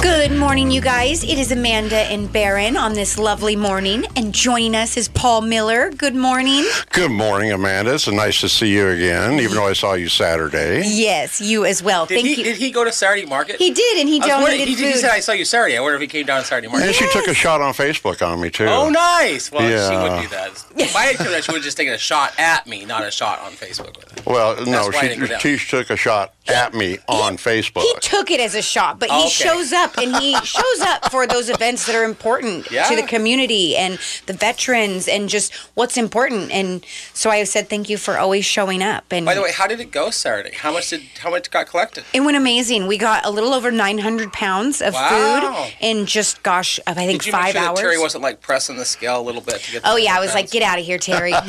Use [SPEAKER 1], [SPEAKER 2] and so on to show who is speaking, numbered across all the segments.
[SPEAKER 1] Good morning, you guys. It is Amanda and Barron on this lovely morning, and joining us is Paul Miller. Good morning.
[SPEAKER 2] Good morning, Amanda. It's nice to see you again, even though I saw you Saturday.
[SPEAKER 1] Yes, you as well.
[SPEAKER 3] Did
[SPEAKER 1] Thank
[SPEAKER 3] he
[SPEAKER 1] you.
[SPEAKER 3] did he go to Saturday market?
[SPEAKER 1] he did, and he
[SPEAKER 3] I was wondering-
[SPEAKER 1] donated
[SPEAKER 3] he, he
[SPEAKER 1] food.
[SPEAKER 3] said I saw you Saturday. I wonder if he came down to Saturday
[SPEAKER 2] And
[SPEAKER 3] market.
[SPEAKER 2] she took a shot on Facebook on me, too.
[SPEAKER 3] Oh, nice. Well, she
[SPEAKER 2] Yeah.
[SPEAKER 3] would do that. If I had come down, she would have just taken a shot at me, not a shot on Facebook. With it.
[SPEAKER 2] Well, no,
[SPEAKER 3] why I
[SPEAKER 2] she,
[SPEAKER 3] didn't go down.
[SPEAKER 2] she took a shot at me on
[SPEAKER 1] he
[SPEAKER 2] Facebook.
[SPEAKER 1] took it as a shot, but he
[SPEAKER 3] Oh, Okay.
[SPEAKER 1] shows up and he shows up for those events that are important
[SPEAKER 3] Yeah.
[SPEAKER 1] to the community and the veterans and just what's important. And so I said, thank you for always showing up. And
[SPEAKER 3] By the way, how did it go Saturday? How much did how much got collected?
[SPEAKER 1] It went amazing. We got a little over 900 pounds of
[SPEAKER 3] Wow.
[SPEAKER 1] food in just, gosh, I think
[SPEAKER 3] Did you
[SPEAKER 1] five
[SPEAKER 3] make sure
[SPEAKER 1] hours.
[SPEAKER 3] that Terry wasn't like pressing the scale a little bit to get? the
[SPEAKER 1] Oh yeah, I was
[SPEAKER 3] pounds?
[SPEAKER 1] like, get out of here, Terry. um,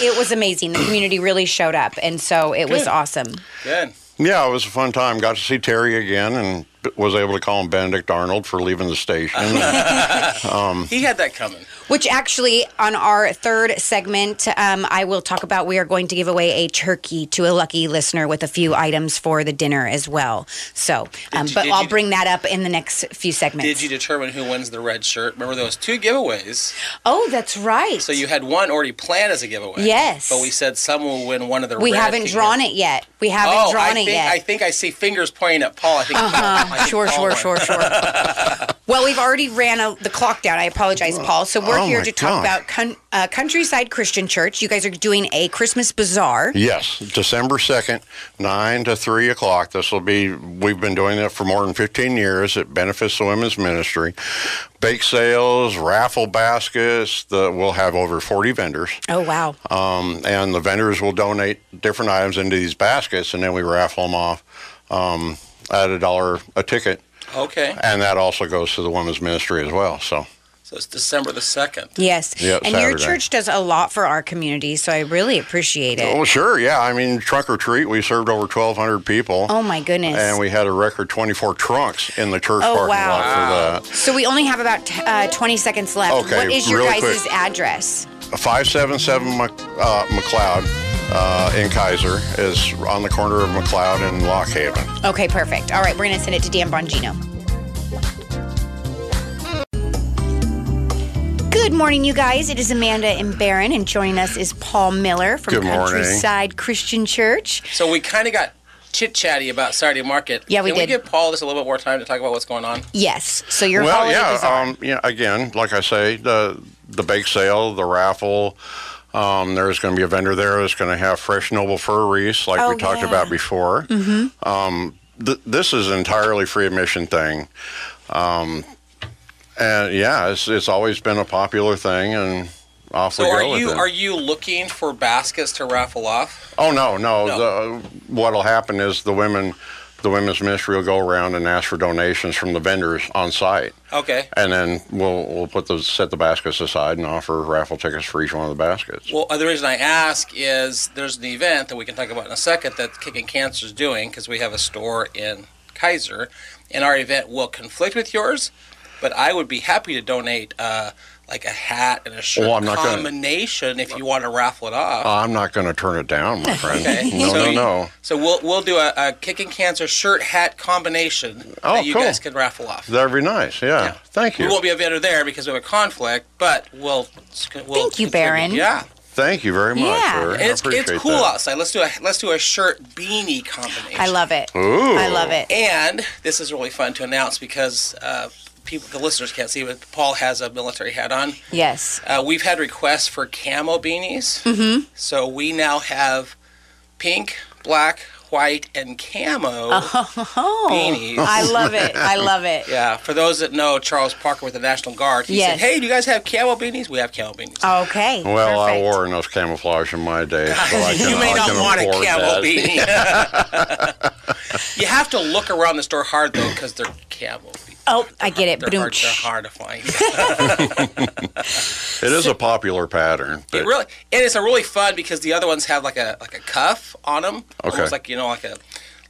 [SPEAKER 1] it was amazing. The community really showed up, and so it was
[SPEAKER 3] Good.
[SPEAKER 1] awesome.
[SPEAKER 3] good.
[SPEAKER 2] Yeah, it was a fun time. Got to see Terry again and b- was able to call him Benedict Arnold for leaving the station.
[SPEAKER 3] He had that coming.
[SPEAKER 1] Which actually, on our third segment, um, I will talk about. We are going to give away a turkey to a lucky listener with a few items for the dinner as well. So, um,
[SPEAKER 3] you-
[SPEAKER 1] but
[SPEAKER 3] did
[SPEAKER 1] I'll
[SPEAKER 3] you-
[SPEAKER 1] bring that up in the next few segments.
[SPEAKER 3] Did you determine who wins the red shirt? Remember those two giveaways?
[SPEAKER 1] oh, that's right.
[SPEAKER 3] So you had one already planned as a giveaway.
[SPEAKER 1] Yes.
[SPEAKER 3] But we said some will win one of the.
[SPEAKER 1] we
[SPEAKER 3] red
[SPEAKER 1] haven't
[SPEAKER 3] can
[SPEAKER 1] drawn
[SPEAKER 3] get-
[SPEAKER 1] it yet. We haven't
[SPEAKER 3] Oh,
[SPEAKER 1] drawn
[SPEAKER 3] I think,
[SPEAKER 1] it yet. Uh-huh.
[SPEAKER 3] I think I see fingers pointing at Paul. I think. I think
[SPEAKER 1] Sure,
[SPEAKER 3] Paul
[SPEAKER 1] sure,
[SPEAKER 2] Oh
[SPEAKER 3] won.
[SPEAKER 1] sure, sure. well, we've already ran a, the clock down. I apologize, Paul. So we're
[SPEAKER 2] Oh,
[SPEAKER 1] here
[SPEAKER 2] my
[SPEAKER 1] to talk
[SPEAKER 2] God.
[SPEAKER 1] about con- uh, Countryside Christian Church. You guys are doing a Christmas bazaar.
[SPEAKER 2] Yes, December 2nd, 9 to 3 o'clock. This will be, we've been doing that for more than 15 years. It benefits the women's ministry. Bake sales, raffle baskets, the, we'll have over 40 vendors.
[SPEAKER 1] Oh wow!
[SPEAKER 2] Um, and the vendors will donate different items into these baskets, and then we raffle them off um, at a dollar a ticket.
[SPEAKER 3] Okay.
[SPEAKER 2] And that also goes to the women's ministry as well. So,
[SPEAKER 3] So it's December the 2nd.
[SPEAKER 1] yes,
[SPEAKER 2] yeah,
[SPEAKER 1] and your
[SPEAKER 2] Saturday.
[SPEAKER 1] church does a lot for our community, so I really appreciate it.
[SPEAKER 2] well, sure, yeah. I mean, trunk or treat, we served over 1,200 people.
[SPEAKER 1] Oh my goodness!
[SPEAKER 2] and we had a record 24 trunks in the church
[SPEAKER 1] Oh,
[SPEAKER 2] parking
[SPEAKER 1] wow.
[SPEAKER 2] lot for that.
[SPEAKER 1] so we only have about t- uh, 20 seconds left.
[SPEAKER 2] Okay,
[SPEAKER 1] what is your
[SPEAKER 2] really
[SPEAKER 1] guys'
[SPEAKER 2] quick.
[SPEAKER 1] address?
[SPEAKER 2] 577 Mc, uh, McLeod uh, in Kaiser is on the corner of McLeod and Lock Haven.
[SPEAKER 1] Okay, perfect. All right, we're gonna send it to Dan Bongino. Good morning, you guys. It is Amanda and Barron, and joining us is Paul Miller from
[SPEAKER 2] Good morning.
[SPEAKER 1] Countryside Christian Church.
[SPEAKER 3] So we kind of got chit chatty about Saturday market.
[SPEAKER 1] Yeah, we
[SPEAKER 3] Can
[SPEAKER 1] did.
[SPEAKER 3] we give Paul just a little bit more time to talk about what's going on?
[SPEAKER 1] Yes, so your
[SPEAKER 2] well,
[SPEAKER 1] holiday
[SPEAKER 2] yeah,
[SPEAKER 1] bazaar.
[SPEAKER 2] um, yeah. Again, like I say, the the bake sale, the raffle. Um, there's going to be a vendor there that's going to have fresh noble fur wreaths, like
[SPEAKER 1] Oh,
[SPEAKER 2] we talked
[SPEAKER 1] yeah.
[SPEAKER 2] about before. Mm-hmm. Um, th- this is an entirely free admission thing, um, and yeah, it's it's always been a popular thing, and off
[SPEAKER 3] So
[SPEAKER 2] we go
[SPEAKER 3] are
[SPEAKER 2] with
[SPEAKER 3] you
[SPEAKER 2] it.
[SPEAKER 3] are you looking for baskets to raffle off?
[SPEAKER 2] Oh no, no.
[SPEAKER 3] No.
[SPEAKER 2] The, what'll happen is the women, the women's ministry will go around and ask for donations from the vendors on site,
[SPEAKER 3] Okay.
[SPEAKER 2] and then we'll we'll put those set the baskets aside and offer raffle tickets for each one of the baskets.
[SPEAKER 3] Well, the reason I ask is there's an event that we can talk about in a second that Kicking Cancer is doing because we have a store in Kaiser, and our event will conflict with yours. But I would be happy to donate uh, like a hat and a shirt
[SPEAKER 2] Oh, I'm not gonna-
[SPEAKER 3] combination if you want to raffle it off.
[SPEAKER 2] I'm not going to turn it down, my friend.
[SPEAKER 3] Okay.
[SPEAKER 2] No,
[SPEAKER 3] So
[SPEAKER 2] no,
[SPEAKER 3] you-
[SPEAKER 2] no.
[SPEAKER 3] So we'll we'll do a, a kicking cancer shirt hat combination
[SPEAKER 2] Oh,
[SPEAKER 3] that you
[SPEAKER 2] cool.
[SPEAKER 3] guys can raffle off.
[SPEAKER 2] That'd be nice. Yeah.
[SPEAKER 3] Yeah.
[SPEAKER 2] Thank
[SPEAKER 3] we
[SPEAKER 2] you.
[SPEAKER 3] won't be a vendor there because we have a conflict, but we'll. we'll
[SPEAKER 1] Thank you,
[SPEAKER 3] contribute.
[SPEAKER 1] Baron.
[SPEAKER 3] Yeah,
[SPEAKER 2] Thank you very much.
[SPEAKER 1] Yeah.
[SPEAKER 2] sir. I
[SPEAKER 3] and it's
[SPEAKER 2] appreciate
[SPEAKER 3] it's cool
[SPEAKER 2] that.
[SPEAKER 3] outside. Let's do a let's do a shirt beanie combination.
[SPEAKER 1] I love it.
[SPEAKER 2] uh, Ooh.
[SPEAKER 1] I love it.
[SPEAKER 3] And this is really fun to announce because uh, people the listeners can't see, but Paul has a military hat on.
[SPEAKER 1] Yes.
[SPEAKER 3] Uh, we've had requests for camo beanies. Mm-hmm. So we now have pink, black, white, and camo
[SPEAKER 1] Uh-huh.
[SPEAKER 3] beanies.
[SPEAKER 1] I love it. I love it.
[SPEAKER 3] yeah, for those that know Charles Parker with the National Guard, he
[SPEAKER 1] Yes.
[SPEAKER 3] said, "Hey, do you guys have camo beanies? We have camo beanies."
[SPEAKER 1] Okay.
[SPEAKER 2] Well, I
[SPEAKER 1] perfect.
[SPEAKER 2] wore enough camouflage in my day, so I can,
[SPEAKER 3] you may
[SPEAKER 2] I
[SPEAKER 3] not
[SPEAKER 2] can
[SPEAKER 3] want a
[SPEAKER 2] afford
[SPEAKER 3] camo
[SPEAKER 2] that.
[SPEAKER 3] beanie. you have to look around the store hard though, because they're camo. beanies.
[SPEAKER 1] Oh, I get it.
[SPEAKER 3] They're hard, they're
[SPEAKER 1] Ba-dum-tsh.
[SPEAKER 3] hard to find.
[SPEAKER 2] It is a popular pattern.
[SPEAKER 3] It
[SPEAKER 2] but-
[SPEAKER 3] really and it's a really fun because the other ones have like a like a cuff on them.
[SPEAKER 2] Okay.
[SPEAKER 3] Almost like you know like a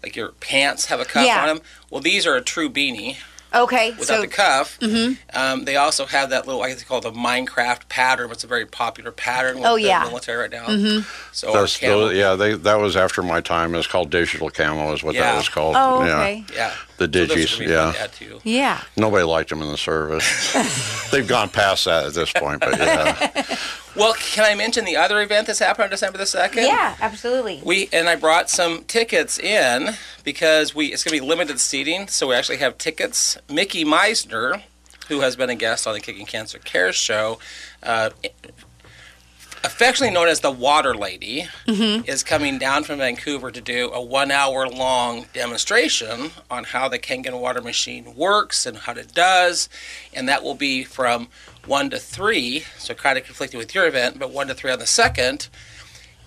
[SPEAKER 3] like your pants have a cuff
[SPEAKER 1] Yeah.
[SPEAKER 3] on them. Well, these are a true beanie.
[SPEAKER 1] Okay.
[SPEAKER 3] without
[SPEAKER 1] so mm-hmm.
[SPEAKER 3] the cuff. Um, they also have that little, I guess they call it the Minecraft pattern. It's a very popular pattern with
[SPEAKER 1] Oh,
[SPEAKER 3] the
[SPEAKER 1] yeah. Mm-hmm.
[SPEAKER 3] military right now. So our
[SPEAKER 2] That's,
[SPEAKER 3] camel,
[SPEAKER 2] those, yeah, they, that was after my time. It's called digital camo, is what
[SPEAKER 3] Yeah.
[SPEAKER 2] that was called.
[SPEAKER 1] Oh,
[SPEAKER 2] Yeah.
[SPEAKER 1] okay.
[SPEAKER 3] yeah.
[SPEAKER 2] The
[SPEAKER 3] So those are
[SPEAKER 2] digis,
[SPEAKER 3] gonna be fun
[SPEAKER 2] yeah.
[SPEAKER 3] to add to.
[SPEAKER 1] Yeah.
[SPEAKER 2] Nobody liked them in the service. They've gone past that at this point, but yeah.
[SPEAKER 3] Well, can I mention the other event that's happened on December the second?
[SPEAKER 1] Yeah, absolutely.
[SPEAKER 3] We and I brought some tickets in because we it's going to be limited seating, so we actually have tickets. Mickey Meisner, who has been a guest on the Kicking Cancer Care show, uh, affectionately known as the Water Lady,
[SPEAKER 1] Mm-hmm.
[SPEAKER 3] is coming down from Vancouver to do a one-hour-long demonstration on how the Kangen water machine works and how it does, and that will be from one to three. So kind of conflicting with your event, but one to three on the second.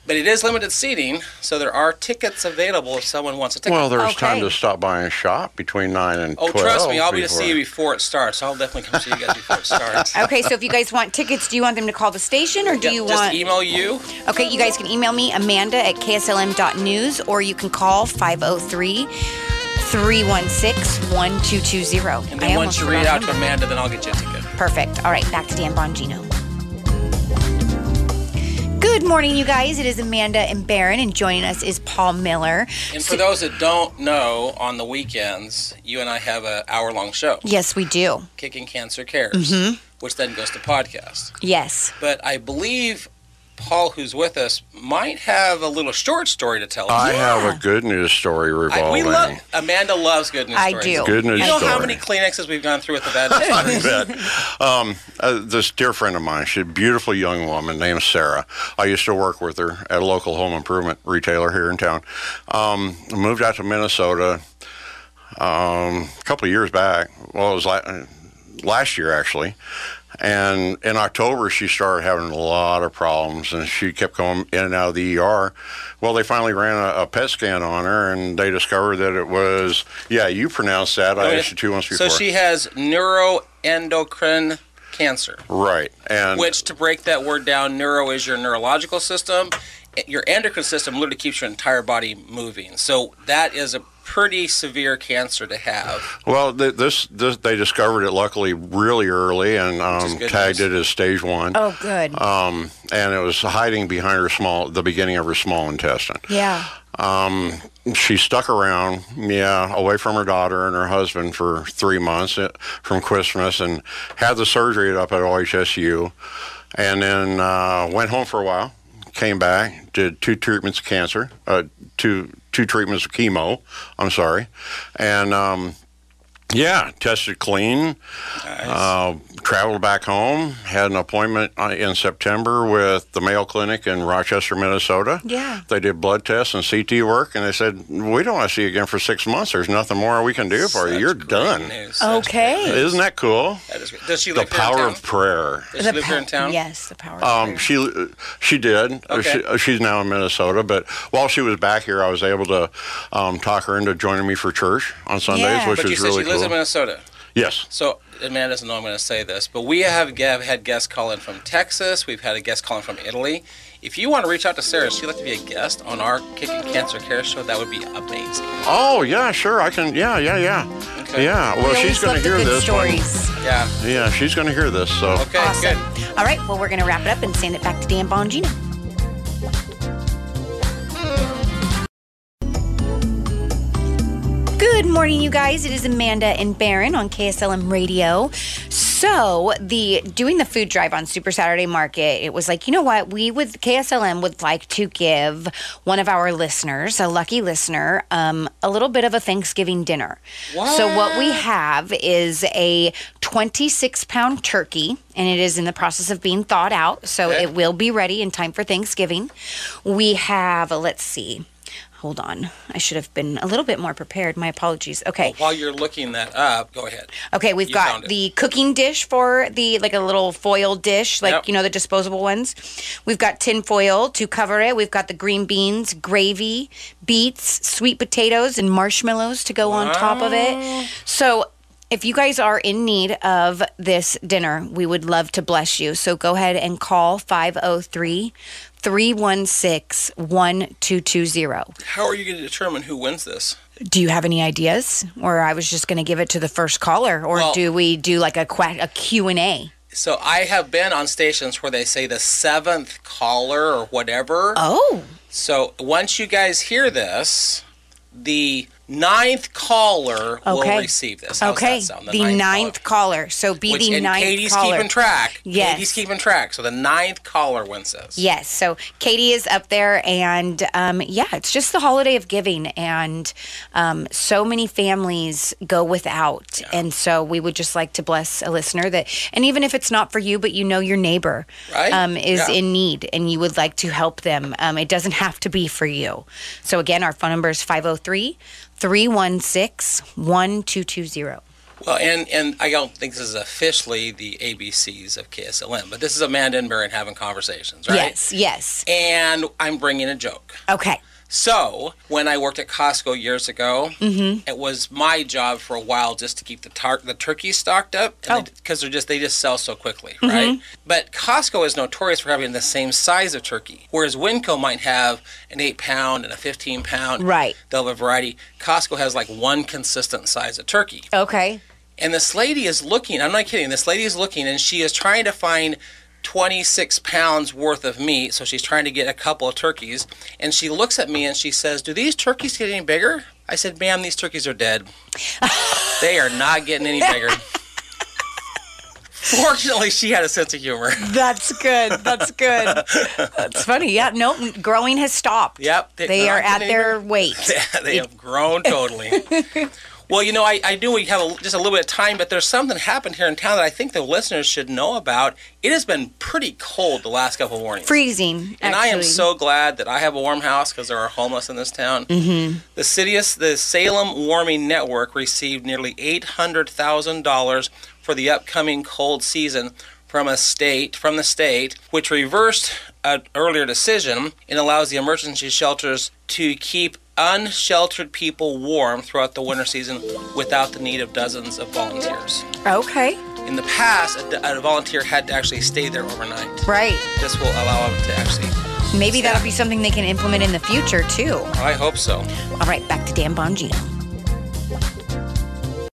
[SPEAKER 3] But it is limited seating, so there are tickets available if someone wants a ticket.
[SPEAKER 2] Well, there's time
[SPEAKER 1] Okay.
[SPEAKER 2] to stop by and shop between 9 and
[SPEAKER 3] oh,
[SPEAKER 2] 12.
[SPEAKER 3] trust me, I'll be to
[SPEAKER 2] before-
[SPEAKER 3] see you before it starts. I'll definitely come see you guys before it starts.
[SPEAKER 1] Okay, so if you guys want tickets, do you want them to call the station or do you
[SPEAKER 3] Just
[SPEAKER 1] want.
[SPEAKER 3] email you.
[SPEAKER 1] Okay, you guys can email me, Amanda at KSLM.news, or you can call 503 316 1220.
[SPEAKER 3] And then once you read out to Amanda, then I'll get you a ticket.
[SPEAKER 1] Perfect. All right, back to Dan Bongino. Good morning, you guys. It is Amanda and Baron, and joining us is Paul Miller.
[SPEAKER 3] And
[SPEAKER 1] So-
[SPEAKER 3] for those that don't know, on the weekends, you and I have an hour long show,
[SPEAKER 1] yes, we do.
[SPEAKER 3] Kicking Cancer Cares,
[SPEAKER 1] Mm-hmm.
[SPEAKER 3] which then goes to podcast.
[SPEAKER 1] Yes.
[SPEAKER 3] But I believe Paul, who's with us, might have a little short story to tell
[SPEAKER 2] I
[SPEAKER 3] us.
[SPEAKER 2] have a good news story
[SPEAKER 3] I- we
[SPEAKER 2] revolving.
[SPEAKER 3] love Amanda loves good news
[SPEAKER 1] I
[SPEAKER 3] stories.
[SPEAKER 1] do.
[SPEAKER 2] Good news
[SPEAKER 3] You know
[SPEAKER 2] story.
[SPEAKER 3] how many Kleenexes we've gone through with the bad news?
[SPEAKER 2] I bet. Um, uh, this dear friend of mine, she's a beautiful young woman named Sarah. I used to work with her at a local home improvement retailer here in town. Um, moved out to Minnesota um, a couple of years back. Well, it was la- last year actually. And in October, she started having a lot of problems, and she kept going in and out of the ER. Well, they finally ran a, a PET scan on her, and they discovered that it was yeah, you pronounced that. I asked you two months
[SPEAKER 3] Oh, so
[SPEAKER 2] before.
[SPEAKER 3] she has neuroendocrine cancer.
[SPEAKER 2] right, and
[SPEAKER 3] Which, to break that word down, neuro is your neurological system. Your endocrine system literally keeps your entire body moving. So that is a pretty severe cancer to have.
[SPEAKER 2] Well, th- this, this they discovered it luckily really early and um,
[SPEAKER 3] good
[SPEAKER 2] tagged
[SPEAKER 3] news.
[SPEAKER 2] it as stage one.
[SPEAKER 1] Oh, good.
[SPEAKER 2] Um, and it was hiding behind her small, the beginning of her small intestine.
[SPEAKER 1] yeah.
[SPEAKER 2] Um, she stuck around, yeah, away from her daughter and her husband for three months uh, from Christmas, and had the surgery up at OHSU, and then uh, went home for a while. Came back, did two treatments of cancer, uh, two two treatments of chemo. I'm sorry, and um, yeah, tested clean. Uh, traveled back home. Had an appointment uh, in September with the Mayo Clinic in Rochester, Minnesota.
[SPEAKER 1] Yeah.
[SPEAKER 2] They did blood tests and CT work, and they said, "We don't want to see you again for six months. There's nothing more we can do for you.
[SPEAKER 3] That's
[SPEAKER 2] You're
[SPEAKER 3] great
[SPEAKER 2] done."
[SPEAKER 3] news. That's
[SPEAKER 1] Okay.
[SPEAKER 3] great news.
[SPEAKER 2] Isn't that cool?
[SPEAKER 3] That is great. Does she
[SPEAKER 2] The
[SPEAKER 3] live here
[SPEAKER 2] power
[SPEAKER 3] in
[SPEAKER 2] of
[SPEAKER 3] town?
[SPEAKER 2] prayer.
[SPEAKER 3] Does she live here in town?
[SPEAKER 1] Yes, the power. of
[SPEAKER 2] Um,
[SPEAKER 1] prayer.
[SPEAKER 2] she she did. Uh,
[SPEAKER 3] Okay.
[SPEAKER 2] She, uh, she's now in Minnesota, but while she was back here, I was able to um, talk her into joining me for church on Sundays,
[SPEAKER 1] Yeah.
[SPEAKER 2] which
[SPEAKER 3] But you
[SPEAKER 2] is
[SPEAKER 3] said
[SPEAKER 2] really
[SPEAKER 3] she lives
[SPEAKER 2] cool.
[SPEAKER 3] in Minnesota.
[SPEAKER 2] yes.
[SPEAKER 3] So, Amanda doesn't know I'm going to say this, but we have, have had guests call in from Texas. We've had a guest call in from Italy. If you want to reach out to Sarah, she'd like to be a guest on our Kicking Cancer Care show. That would be amazing.
[SPEAKER 2] Oh yeah, sure. I can. Yeah, yeah, yeah.
[SPEAKER 3] Okay.
[SPEAKER 2] Yeah. Well,
[SPEAKER 1] We always
[SPEAKER 2] she's going to
[SPEAKER 1] love the
[SPEAKER 2] hear
[SPEAKER 1] good
[SPEAKER 2] this. one.
[SPEAKER 1] stories.
[SPEAKER 3] Yeah.
[SPEAKER 2] Yeah, she's going to hear this. So.
[SPEAKER 3] Okay.
[SPEAKER 1] awesome.
[SPEAKER 3] Good.
[SPEAKER 1] All right, well, we're going to wrap it up and send it back to Dan Bongino. Good morning, you guys. It is Amanda and Baron on KSLM Radio. So, the doing the food drive on Super Saturday Market, it was like, you know what? We with KSLM would like to give one of our listeners, a lucky listener, um, a little bit of a Thanksgiving dinner. So, what we have is a 26 pound turkey, and it is in the process of being thawed out. So,
[SPEAKER 3] Okay.
[SPEAKER 1] it will be ready in time for Thanksgiving. We have, let's see. Hold on. I should have been a little bit more prepared. My apologies. Okay.
[SPEAKER 3] While you're looking that up, go ahead.
[SPEAKER 1] Okay, we've
[SPEAKER 3] Oh, You found
[SPEAKER 1] got
[SPEAKER 3] it.
[SPEAKER 1] the cooking dish for the like a little foil dish, like
[SPEAKER 3] Yep.
[SPEAKER 1] you know the disposable ones. We've got tin foil to cover it. We've got the green beans, gravy, beets, sweet potatoes, and marshmallows to go on top of it. So. If you guys are in need of this dinner, we would love to bless you. So go ahead and call 503 316 1220.
[SPEAKER 3] How are you going to determine who wins this?
[SPEAKER 1] Do you have any ideas? Or I was just going to give it to the first caller, or
[SPEAKER 3] Well-
[SPEAKER 1] do we do like a que- a Q and A?
[SPEAKER 3] So I have been on stations where they say the seventh caller or whatever.
[SPEAKER 1] Oh,
[SPEAKER 3] So once you guys hear this, the ninth caller
[SPEAKER 1] Okay.
[SPEAKER 3] will receive this. How's
[SPEAKER 1] okay.
[SPEAKER 3] that sound?
[SPEAKER 1] The, ninth, caller. So be
[SPEAKER 3] caller. Which,
[SPEAKER 1] the
[SPEAKER 3] and
[SPEAKER 1] ninth
[SPEAKER 3] Katie's
[SPEAKER 1] caller.
[SPEAKER 3] keeping track.
[SPEAKER 1] Yes.
[SPEAKER 3] Katie's keeping track. So the ninth caller wins this.
[SPEAKER 1] Yes. So Katie is up there, and um, yeah, it's just the holiday of giving, and um, so many families go without, and so we would just like to bless a listener that, and even if it's not for you, but you know your neighbor
[SPEAKER 3] Right.
[SPEAKER 1] um, is
[SPEAKER 3] Yeah.
[SPEAKER 1] in need, and you would like to help them. Um, it doesn't have to be for you. So again, our phone number is 503 316 1220.
[SPEAKER 3] Well, and and I don't think this is officially the ABCs of KSLM, but this is Amanda and Baron having conversations, right?
[SPEAKER 1] Yes. Yes.
[SPEAKER 3] And I'm bringing a joke.
[SPEAKER 1] Okay.
[SPEAKER 3] So when I worked at Costco years ago, it was my job for a while just to keep the tar- the turkey stocked up because they're just they just sell so quickly, right? But Costco is notorious for having the same size of turkey, whereas Winco might have an eight pound and a fifteen pound.
[SPEAKER 1] Right.
[SPEAKER 3] They'll have a variety. Costco has like one consistent size of turkey.
[SPEAKER 1] Okay.
[SPEAKER 3] And this lady is looking, I'm not kidding, this lady is looking and she is trying to find 26 pounds worth of meat. So she's trying to get a couple of turkeys. And she looks at me and she says, Do these turkeys get any bigger? I said, Ma'am, these turkeys are dead. they are not getting any bigger. Fortunately, she had a sense of humor.
[SPEAKER 1] That's good. That's good. That's funny. Yeah. No, growing has stopped.
[SPEAKER 3] Yep.
[SPEAKER 1] They,
[SPEAKER 3] They're
[SPEAKER 1] are
[SPEAKER 3] not
[SPEAKER 1] at
[SPEAKER 3] getting
[SPEAKER 1] their weight.
[SPEAKER 3] they have grown totally. well, you know, I, I knew we have a, just a little bit of time, but there's something happened here in town that I think the listeners should know about. It has been pretty cold the last couple of mornings.
[SPEAKER 1] Freezing.
[SPEAKER 3] and I am
[SPEAKER 1] actually.
[SPEAKER 3] so glad that I have a warm house because there are homeless in this town. Mm-hmm. The city, is- the Salem Warming Network received nearly eight hundred thousand dollars for the upcoming cold season from a state from the state, which reversed an earlier decision and allows the emergency shelters to keep unsheltered people warm throughout the winter season without the need of dozens of volunteers.
[SPEAKER 1] Okay.
[SPEAKER 3] In the past, a, a volunteer had to actually stay there overnight.
[SPEAKER 1] Right.
[SPEAKER 3] This will allow them to actually
[SPEAKER 1] Maybe that'll be something they can implement in the future, too.
[SPEAKER 3] I hope so.
[SPEAKER 1] All right. Back to Dan Bongino.